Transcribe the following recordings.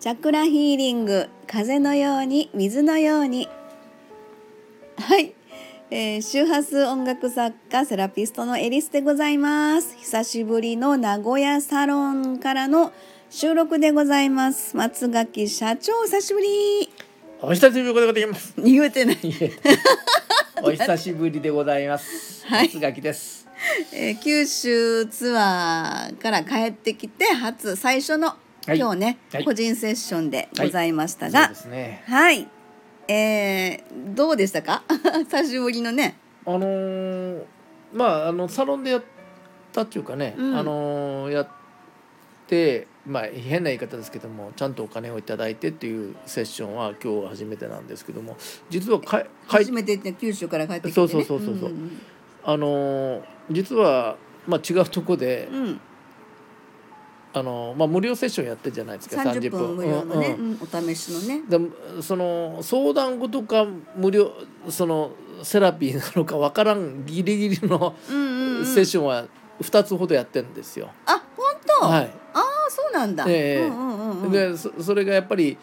チャクラヒーリング風のように水のようにはい、えー周波数音楽作家セラピストのエリスでございます久しぶりの名古屋サロンからの収録でございます松垣社長久しぶりお久しぶりでございます。言えてない、お久しぶりでございます。はい松垣です。えー九州ツアーから帰ってきて初最初のはい今日ね、はい個人セッションでございましたが、そうですね。はい、えー、どうでしたか 久しぶりのねあのーまああのサロンでやったっていうかね、うんあのーやってまあ変な言い方ですけどもちゃんとお金をいただいてっていうセッションは今日初めてなんですけども実はかいかい初めてって九州から帰ってきて、そね、うそうそうそうそうんあのー実はまあ違うとこで、うん、あのーまあ無料セッションやってるじゃないですか30分無料のね、うんうんうんお試しのねでその相談事か無料そのセラピーなのかわからんギリギリのうんうん、うん、セッションは2つほどやってるんですよ。あ本当、あはい、あそうなんだ、ええうんうんうんうん、でそそれがやっぱり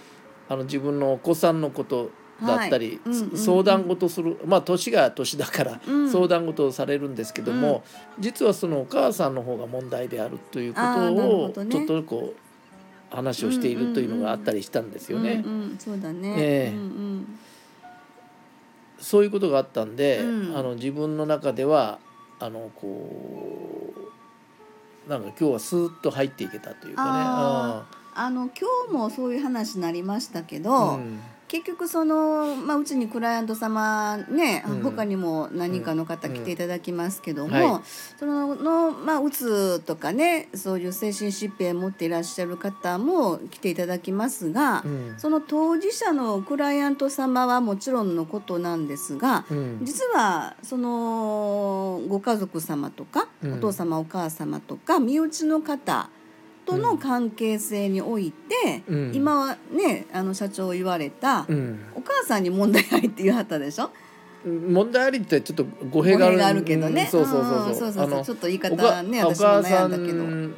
あの自分のお子さんのことだったり、はいうんうんうん相談事するまあ年が年だからうん相談事をされるんですけども、実はそのお母さんの方が問題であるというこあーなるほとどをねちょっとこう話をしているというのがあったりしたんですよね。うんうん、そうだね、えうんえうん、そういうことがあったんで、うんあの自分の中ではあのこうなんか今日はスーッと入っていけたというかああの今日もそういう話になりましたけね。ど、うん結局その、まあ、うちにクライアント様ね、うん他にも何人かの方来ていただきますけども、うんうんはいそのの、まあ、うつとかねそういう精神疾病持っていらっしゃる方も来ていただきますが、うんその当事者のクライアント様はもちろんのことなんですが、うん実はそのご家族様とか、うんお父様お母様とか身内の方との関係性において、うん今はねあの社長言われた、うんお母さんに問題ありって言わはったでしょ問題ありってちょっと語弊がある語弊があるけどねうんそうそううそんそううそうそうあのちょっと言い方おかねお私も母悩さんだけどん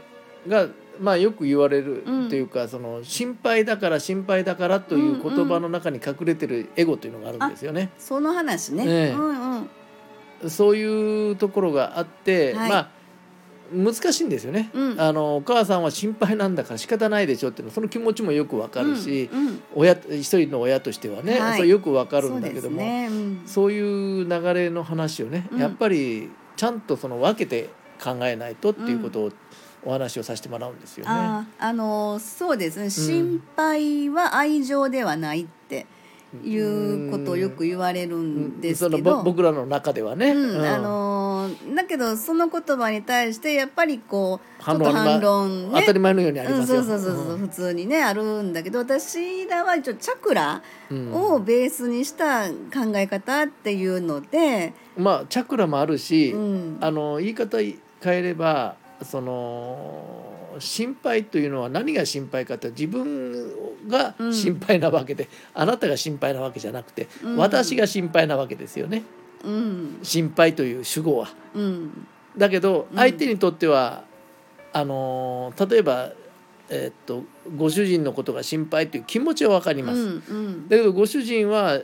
がまあよく言われるうんというか、その心配だから心配だからという言葉の中に隠れてるエゴというのがあるんですよね。その話ね、ええうんうんそういうところがあって、はいまあ難しいんですよね、うんあのお母さんは心配なんだから仕方ないでしょっていうのその気持ちもよくわかるし、うんうん親一人の親としてはね、はいそれよくわかるそんうだでけすどもそう,、ね、うんいう流れの話をね、うんやっぱりちゃんとその分けて考えないとっていうことをお話をさせてもらうんですよね。あーあのそうですね心配は愛情ではないっていうことをよく言われるんですそのけど、ぼ僕らの中ではね、うんうんあのーだけどその言葉に対してやっぱりこうちょっ反と論反論当ねたり前のようにありうんますそよ。うそうそうそう、うん普通にねあるんだけど私らは一応チャクラうんをベースにした考え方っていうので、まあチャクラもあるし、うんあの言い方変えればその心配というのは何が心配かって自分がうん心配なわけで、あなたが心配なわけじゃなくて、うん私が心配なわけですよねうん心配という主語は。うんだけどうん相手にとっては、あの例えば、えっとご主人のことが心配という気持ちは分かりうます。んうん、だけどご主人は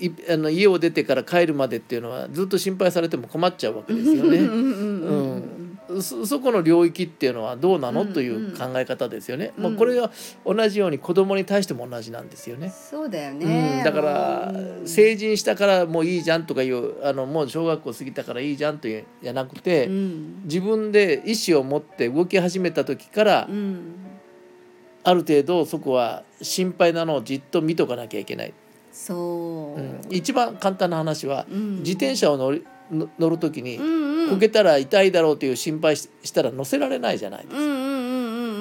いあの家を出てから帰るまでっていうのはずっと心配されても困っちゃうわけですよ ね。うんうんうんうんうん、そそこの領域っていうのはどうなの、うんうんという考え方ですよね。うんまあ、これは同じように子供に対しても同じなんですよね。そうだようねん、だからうん成人したからもういいじゃんとかいうあのもう小学校過ぎたからいいじゃんというじゃなくて、うん自分で意思を持って動き始めた時から、うんある程度そこは心配なのをじっと見とかなきゃいけない。そう、うん、一番簡単な話は、うん自転車を乗りの乗る時に、うんうんこけたら痛いだろうという心配ししたら乗せられないじゃない。うんうんうんうんう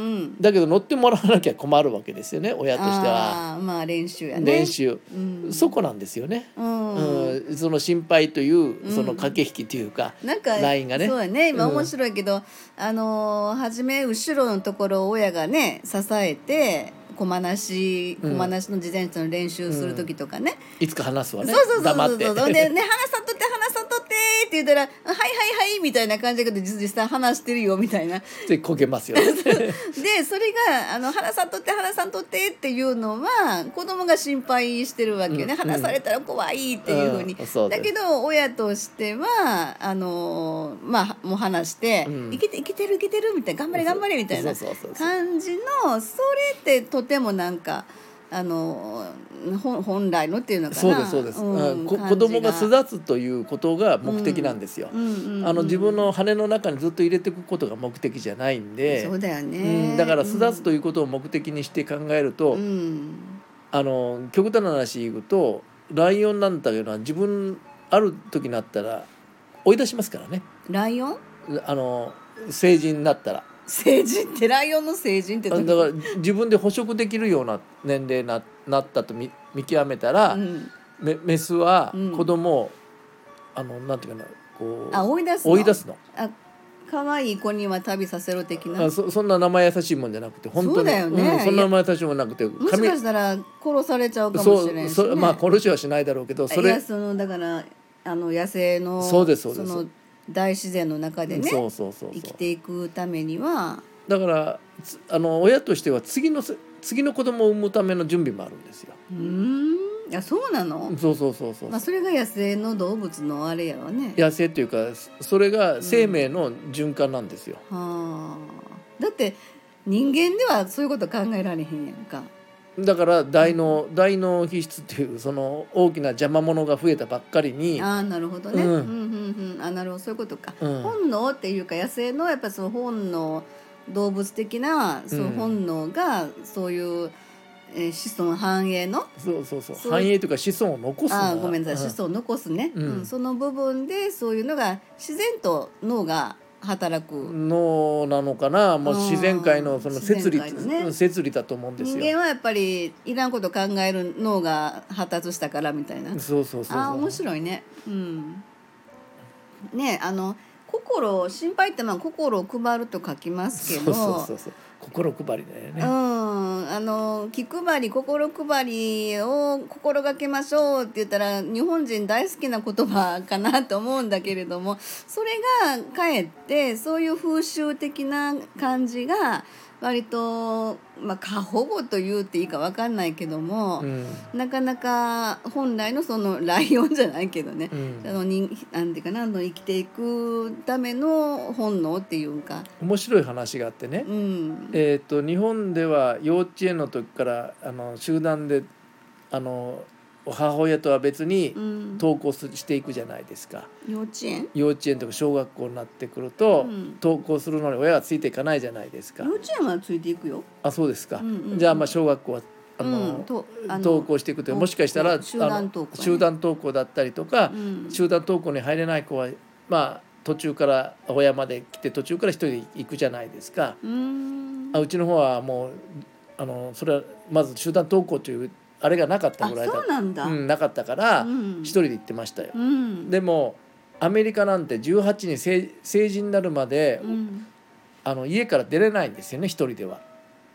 んだけど乗ってもらわなきゃ困るわけですよね親としてはあーまあ練習やね練習、うんそこなんですよね、うんうんその心配といううんその駆け引きというか、なんかラインがねそうやね今うん面白いけど、あのー初め後ろのところを親がね支えて駒なしうん駒なしの自転車の練習する時とかね、いつか話すわねそうそうそう黙そっうてそうでね話さんとって話さんとってって言ったら「はいはいはい」みたいな感じだけど実際話してるよみたいなでこけますよ ねでそれがあの「原さんとって原さんとって」っていうのは子供が心配してるわけよね、うん話されたら怖いっていうふうに、うんそうでだすけど親としてはあのーまあもう話して「うん生きて生きてる生きてる」みたいな「頑張れ頑張れ」みたいなそうそうそうそう感じのそれってとてもなんか。あのー本本来のっていうのかなそうですそうです、うんこ子供が巣っ立つということが目的なんですよ、あの自分の羽の中にずっと入れていくことが目的じゃないんでそうだよね、うん、だから巣立つといいうことを目的にして考えると、うんあの極端な話言うとライオンなんだけど自分ある時になったら追い出しますからねライオンあの成人になったら成人ってライオンの成人ってだから自分で捕食できるような年齢にななったと見見極めたら、うん、メメスはうん子供を、あのなんていうかなこあう追い出すの追い出すのあ可愛い子には旅させろ的なあそそんな生優しいもんじゃなくて本当にそうだよねん、そんな生優しいもんじゃなくてもしかしたら殺されちゃうかもしれないし、ね、そうそうまあ殺しはしないだろうけどそいれやそのだからあの野生のそうですそうですの大自然の中でねそうそうそうそう生きていくためにはだからつあの親としては次のせ次の子供を産むための準備もあるんですよ。うーんいやそうなの、そうそうそうそう。まあ、それが野生の動物のあれやわね野生というかそそれが生命の循環なんですよ。はあだって人間ではそういうこと考えられへんやんかだから大脳大脳皮質っていうその大きな邪魔者が増えたばっかりに、ああなるほどね、ううんん、うんうんあなるほどそういうことか、うん本能っていうか野生のやっぱその本能動物的なそのうん本能がそういう、えー子孫繁栄のそうそうそうそう繁栄というか子孫を残すのがあーごめんなさい、うん子孫を残すね、ううんんその部分でそういうのが自然と脳が働く、脳なのかなもう自然界のその摂理、うん自然界のね摂理だと思うんです人よ。間はやっぱりいらんこと考える脳が発達したからみたいなそうそうそうそう。ああ面白いねうんねあの心を心配ってまあ心を配ると書きますけそどうそうそうそう心配りだようね。んあの気配り心配りを心がけましょうって言ったら日本人大好きな言葉かなと思うんだけれどもそれがかえってそういう風習的な感じが割と、まあ、過保護と言うていいか分かんないけども、うんなかなか本来のそのライオンじゃないけどね、うんあの人なんていうかなあの生きていくための本能っていうか、面白い話があってねう、ん、えー、と日本では幼稚園の時からあの集団であの母親とは別にうん、登校すしていくじゃないですか幼稚園幼稚園とか小学校になってくると、うん登校するのに親はついていかないじゃないですか幼。稚園はついていくよ。あそうですか、うんうんうんじゃあまあ小学校はあの、うんとあの登校していくというもしかしたうらん集団あの登校ね集団登校だったりとかう、ん、集団登校に入れない子はまあ途中から親まで来て途中から一人で行くじゃないですか、うーんあうちの方はもうあのそれはまず集団登校というあれがなかったあぐらいそうなんだ。うん、なかったからうん一人で行ってましたよ、うん、でもアメリカなんて18に成成人になるまで、うん、あの家から出れないんですよね一人では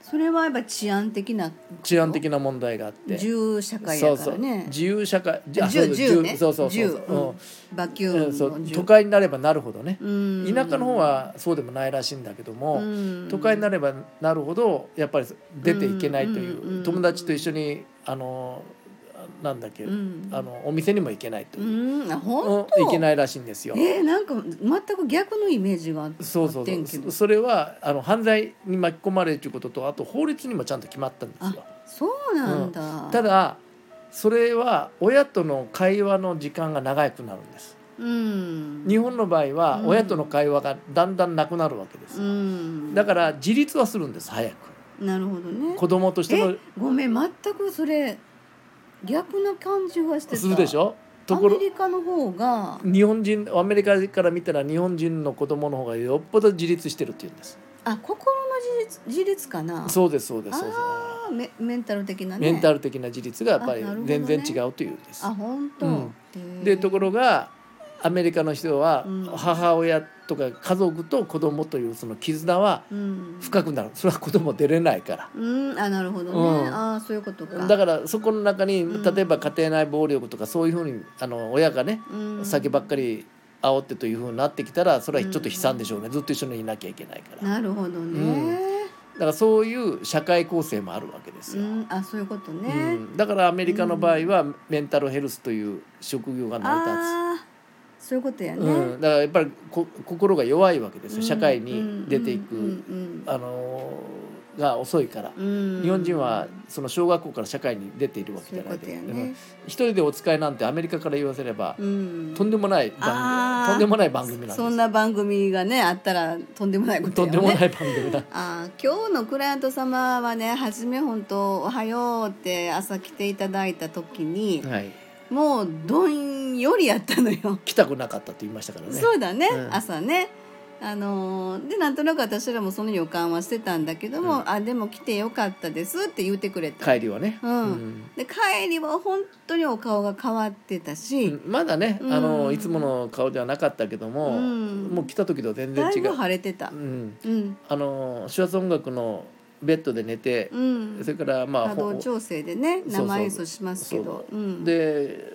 それはやっぱ治安的な治安的な問題があって自由社会そやうかそうらね。自由社会じゃあそう銃そ銃うね。そうそうそう銃うん、バキュうーんムのうんそう銃都会になればなるほどね、うん田舎の方はそうでもないらしいんだけども、うん都会になればなるほどやっぱり出ていけないというんうんうんう友達と一緒にあのなんだっけ、うんあのお店にも行けないと、ううんん、あ本行当。けないらしいんですよ。えー、なんか全く逆のイメージがあってそうそあうってそんうけどそそれはあの犯罪に巻き込まれるということとあと法律にもちゃんと決まったんですよ。そうなんだ、ただそれは親との会話の時間が長くなるんです。うん日本の場合はうん親との会話がだんだんなくなるわけです。うんだから自立はするんです早く。なるほどね子供としてのごめん全くそれ逆な感じがしてたするでしょ。とアころメリカの方が日本人アメリカから見たら日本人の子供の方がよっぽど自立してるって言うんです。あ心の自立自立かなそうですそうですそうです。あーメメンタル的なねメンタル的な自立がやっぱりあなるほどね全然違うというんです。あ本当、うんへーでところがアメリカの人はうん母親とか家族と子供というその絆はうん、深くなる。それは子供出れないから。うん、あなるほどね、うんああそういうことかだからそこの中にうん例えば家庭内暴力とかそういうふうにあの親がねうん酒ばっかり煽ってというふうになってきたらそれはちょっと悲惨でしょうね、ずっと一緒にいなきゃいけないからだなるほどね、からそういう社会構成もあるわけですうよ、んあそういうことね、うんだからアメリカの場合はメンタルヘルスという職業が成り立つ。ああそういうことやね、うん、だからやっぱりこ心が弱いわけでうすよん社会に出ていく、うんあのーが遅いから、うんうん日本人はその小学校から社会に出ているわそうけじいゃうこないとでやでもね、一人でお使いなんてアメリカから言わせれば、うん、とんでもないあー番組とんでもない番組なんですそんな番組がねあったらとんでもないこととやんねでもない番組だあー今日のクライアント様はね初め本当「おはよう」って朝来ていただいた時に、はいもうどんよりやったのよ、来たくなかったって言いましたからねそうだね、うん朝ねあのーでなんとなく私らもその予感はしてたんだけども「うんあでも来てよかったです」って言ってくれた、帰りはね、うんで帰りは本当にお顔が変わってたし、うんまだね、うんあのいつもの顔ではなかったけども、うんもう来た時とは全然だい違ぶう、腫れてたう。ん、うん、あの手話音楽のベッドで寝て、うんそれからまあ波動ほ調整でねそうそう生演奏しますけどそううんで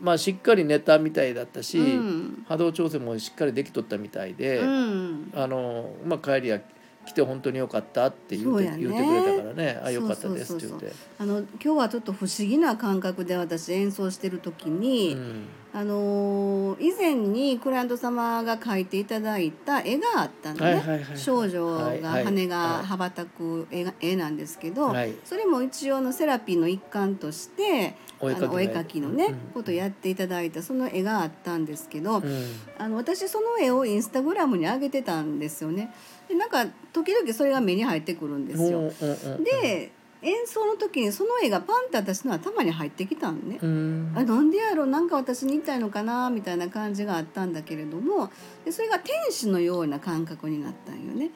まあしっかり寝たみたいだったし、うん波動調整もしっかりできとったみたいで、うんあのまあ帰りは来て本当によかったって言そううてやね言ってくれたからね、あそうよかったですそっうそてう言そっうて、あの今日はちょっと不思議な感覚で私演奏してる時に、うんあのー以前にクライアント様が描いていただいた絵があったのね、はいはいはい少女はがいはい羽がはい羽ばたく絵が絵なんですけど、はいそれも一応のセラピーの一環としてお絵描きあのお絵描きのね、うんことをやっていただいたその絵があったんですけど、うんあの私その絵をインスタグラムに上げてたんですよねでなんか時々それが目に入ってくるんですうんようんうんで演奏の時にその絵がパンって私の頭に入ってきたんねうんあなんでやろうなんか私に言いたいのかなみたいな感じがあったんだけれどもでそれが天使のような感覚になったんよね。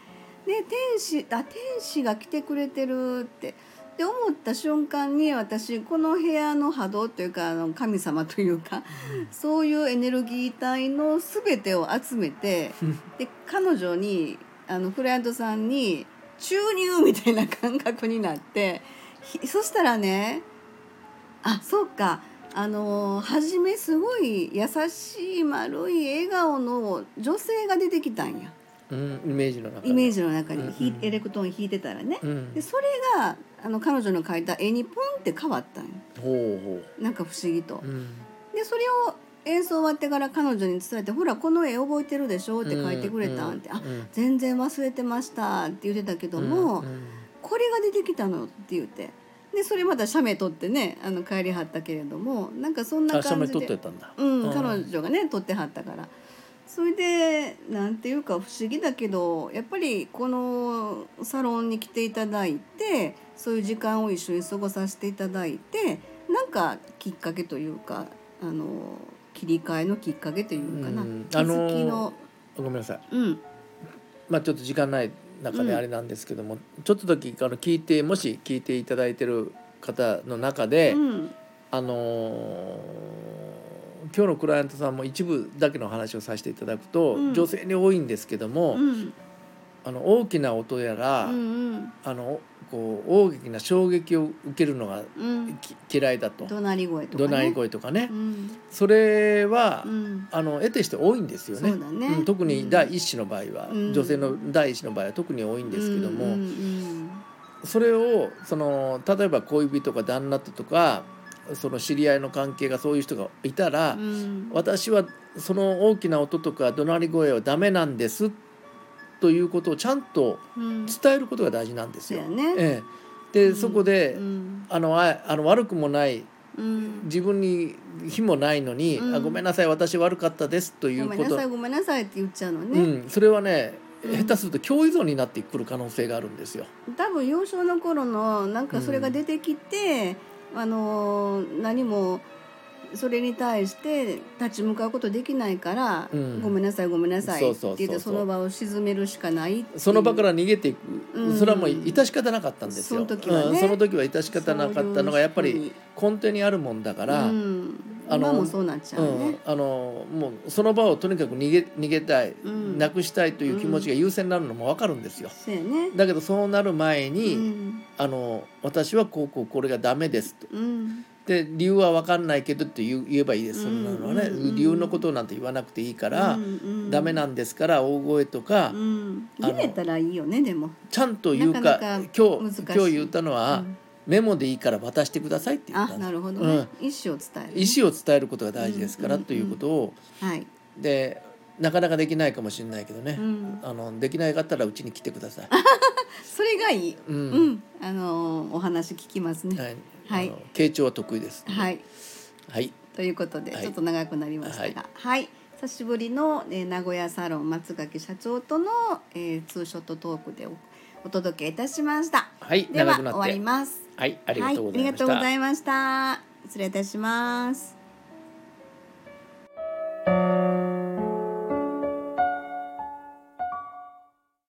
で天使あ天使が来てくれてるってで思った瞬間に私この部屋の波動というかあの神様というか、そういうエネルギー体の全てを集め てで彼女にあのクライアントさんに注入みたいな感覚になってひそしたらねあそうかあのー初めすごい優しい丸い笑顔の女性が出てきたんやうんイメージの中でイメージの中にひ、うんうんエレクトーン弾いてたらねう、んでそれがあの彼女の描いた絵にポンって変わったんやほうほなんか不思議と。う、うん、でそれを演奏終わってから彼女に伝えて「ほらこの絵覚えてるでしょ」って書いてくれたんって「うんあうん全然忘れてました」って言ってたけども、んこれが出てきたのって言ってでそれまた写メ撮ってねあの帰りはったけれどもなんかそんうん、なあ写感メじ撮っでてたんだ、うんうん彼女がね撮ってはったからそれでなんていうか不思議だけどやっぱりこのサロンに来ていただいてそういう時間を一緒に過ごさせていただいてなんかきっかけというかあの切り替えのきっかけというかな、うん気づきあのの、ごめんなさいうん、まあ、ちょっと時間ない中であれなんですけども、ちょっとだけあの聞いてもし聞いていただいてる方の中で、うん、あのー今日のクライアントさんも一部だけの話をさせていただくと、うん女性に多いんですけども、うん、あの大きな音やら、うん、あのこう大きな衝撃を受けるのがうん、き嫌いだと怒鳴り声とか、怒ね、鳴り声とかね、うん、それは、うん、あの得てして多いんですよねそうだねん特に第一子の場合は、うん女性の第一子の場合は特に多いんですけども、うんうんそれをその例えば恋人か旦那ととかその知り合いの関係がそういう人がいたうら、ん、私はその大きな音とか怒鳴り声はダメなんですということをちゃんとうん、伝えることが大事なんですそうよや。ね、ええ、で、うんそこで、うんあのああの悪くもないうん自分に非もないのに、うんあ「ごめんなさい私悪かったです」といごうめんこなとさいごめんなさいって言っちゃうのね、うん、それはねうん下手すると共依存になってくる可能性があるんですよ。多分幼少の頃のなんかそれが出てきて、あのー何もそれに対して立ち向かうことできないから、うんごめんなさいごめんなさいそうってそうそうそう言ってその場を沈めるしかないっていうその場から逃げていく、うんそれはもう致し方なかったんですそよ。の時はねうん、その時は致し方なかったのがやっぱそういうり根底にあるもんだから、ううんん、あの今もそうなっちゃうね、あのもうその場をとにかく逃げ逃げたい、うんなくしたいという気持ちが優先になるのもわかるんですよ。そうやねだけどそうなる前に、うんあの私はこうこうこれがダメですとうんで理由は分かんないけどって言う言えばいいですそんなのはね、うんうんうん理由のことなんて言わなくていいから、うんうんダメなんですから大声とか、うん、あの言えたらいいよねでもちゃんと言うかなかなか今難日しい今日言ったのは、うんメモでいいから渡してくださいって言っあたんですなるほどうねん、意思を伝える意思を伝えることが大事ですから、うんうんうんということをはい、でなかなかできないかもしれないけどね、うん、あのできないかったらうちに来てください。それがいい、ううんんあのーお話聞きますねはい、はいあの傾聴は得意です。はい、はい、ということで、はいちょっと長くなりましたがはい、久しぶりの、えー名古屋サロン松垣社長との、えー、ツーショットトークでおお届けいたしましたはい、では長く終なっわりて、ますはい、ありがとうございはい、ありました。がとうございました失礼いたします